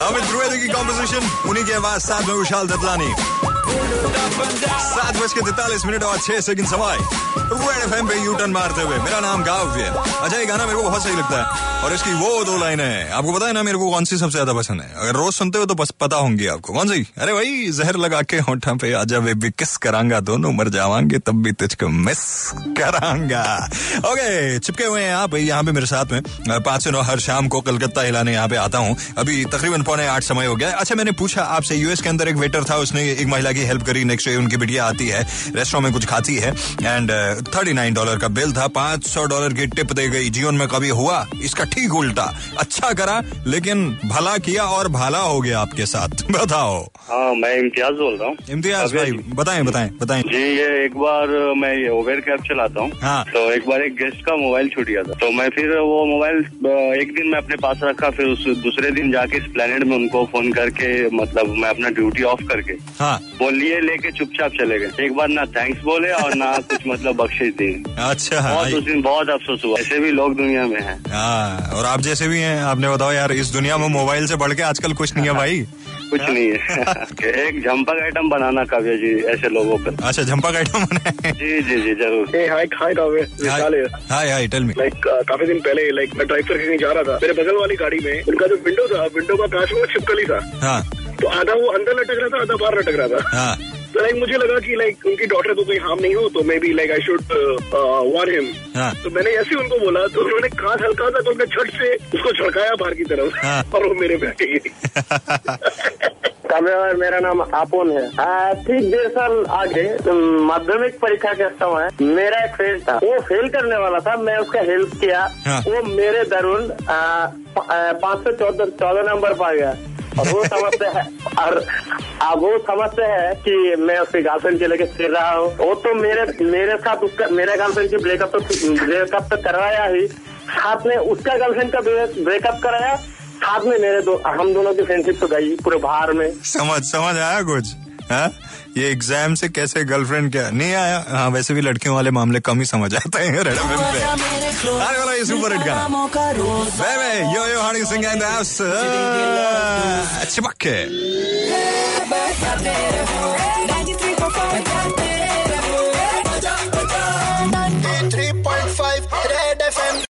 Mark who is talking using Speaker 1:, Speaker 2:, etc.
Speaker 1: Ahmet Rueda की composition उन्हीं के आवाज साथ में विशाल दतलानी सात बज के तैतालीस मिनट और छह सेकंड समय रेड एफ पे यू टर्न मारते हुए मेरा नाम काव्य अच्छा ये गाना मेरे को बहुत सही लगता है और इसकी वो दो लाइनें हैं आपको पता है ना मेरे को कौन सी सबसे ज्यादा पसंद है अगर रोज सुनते हो तो बस पता होंगी आपको कौन सी अरे भाई जहर लगा के होठा पे आजा बेबी किस करांगा दोनों मर जावांगे तब भी तुझको मिस करांगा ओके चिपके हुए हैं आप यहाँ पे मेरे साथ में पाँच से नौ हर शाम को कलकत्ता हिलाने यहाँ पे आता हूँ अभी तकरीबन पौने आठ समय हो गया है। अच्छा मैंने पूछा आपसे यूएस के अंदर एक वेटर था उसने एक महिला की हेल्प करी नेक्स्ट डे उनकी बिटिया आती है रेस्टोरेंट में कुछ खाती है एंड थर्टी नाइन डॉलर का बिल था पाँच सौ डॉलर की टिप दे गई जीवन में कभी हुआ इसका ठीक उल्टा अच्छा करा लेकिन भला किया और भला हो गया आपके साथ बताओ
Speaker 2: हाँ मैं इम्तियाज बोल रहा हूँ
Speaker 1: इम्तियाज
Speaker 2: काव्या
Speaker 1: भाई
Speaker 2: जी।
Speaker 1: बताएं बताएं बताएं
Speaker 2: जी ये एक बार मैं ये उबेर कैब चलाता हूँ
Speaker 1: हाँ।
Speaker 2: तो एक बार एक गेस्ट का मोबाइल छूट गया था तो मैं फिर वो मोबाइल अ, एक दिन मैं अपने पास रखा फिर उस दूसरे दिन जाके इस planet में उनको फोन करके मतलब मैं अपना ड्यूटी ऑफ करके
Speaker 1: हाँ
Speaker 2: वो लिए लेके चुपचाप चले गए एक बार ना थैंक्स बोले और ना कुछ मतलब बख्शिश दी
Speaker 1: अच्छा
Speaker 2: बहुत
Speaker 1: हाँ,
Speaker 2: उस दिन बहुत अफसोस हुआ ऐसे भी लोग दुनिया में हैं
Speaker 1: हाँ और आप जैसे भी हैं आपने बताओ यार इस दुनिया में मोबाइल से बढ़ के आजकल कुछ नहीं है भाई
Speaker 2: कुछ
Speaker 1: हाँ।
Speaker 2: नहीं है एक झंपक आइटम बनाना काव्या जी ऐसे लोगों पर
Speaker 1: अच्छा झंपा का आइटम बनाए
Speaker 2: जी जी जी जरूर
Speaker 3: ए हाय हाय काव्य विशाल है
Speaker 1: hi hi tell me
Speaker 3: like uh, काफी दिन पहले लाइक मैं ड्राइव करके कहीं जा रहा था मेरे बगल वाली गाड़ी में उनका जो विंडो था विंडो का कांच में वो छिपकली था
Speaker 1: हाँ
Speaker 3: तो आधा वो अंदर लटक रहा था आधा बाहर लटक रहा था
Speaker 1: हाँ
Speaker 3: तो लाइक मुझे लगा कि लाइक उनकी डॉटर को कोई हार्म नहीं हो तो maybe like I should warn him
Speaker 1: हाँ।
Speaker 3: uh, तो मैंने ऐसे ही उनको बोला तो उन्होंने कांच हल्का था तो उनका झट से उसको झड़काया बाहर की
Speaker 1: हाँ।
Speaker 3: तरफ और वो मेरे पे आ गई
Speaker 4: काव्य और मेरा नाम आपोन है आ, ठीक डेढ़ साल आगे उम, माध्यमिक परीक्षा के समय मेरा एक फ्रेंड था वो फेल करने वाला था मैं उसका हेल्प किया
Speaker 1: हाँ।
Speaker 4: वो मेरे दरुण पाँच सौ चौदह चौदह नंबर पा गया और वो समझते हैं और अब वो समझते हैं कि मैं उसकी गर्लफ्रेंड के लेके फिर रहा हूँ वो तो मेरे मेरे साथ उसका मेरे गर्लफ्रेंड की ब्रेकअप तो ब्रेकअप तो करवाया ही साथ में उसका गर्लफ्रेंड का ब्रेकअप कराया साथ में मेरे दो हम दोनों की फ्रेंडशिप तो गई पूरे बाहर में
Speaker 1: समझ समझ आया कुछ हाँ ये एग्जाम से कैसे गर्लफ्रेंड क्या नहीं आया हाँ वैसे भी लड़कियों वाले मामले कम ही समझ आते हैं रेड एफएम पे आने वाला ये सुपर हिट गाना वे वे yo yo Honey Singh and चिपक के
Speaker 5: Birthday.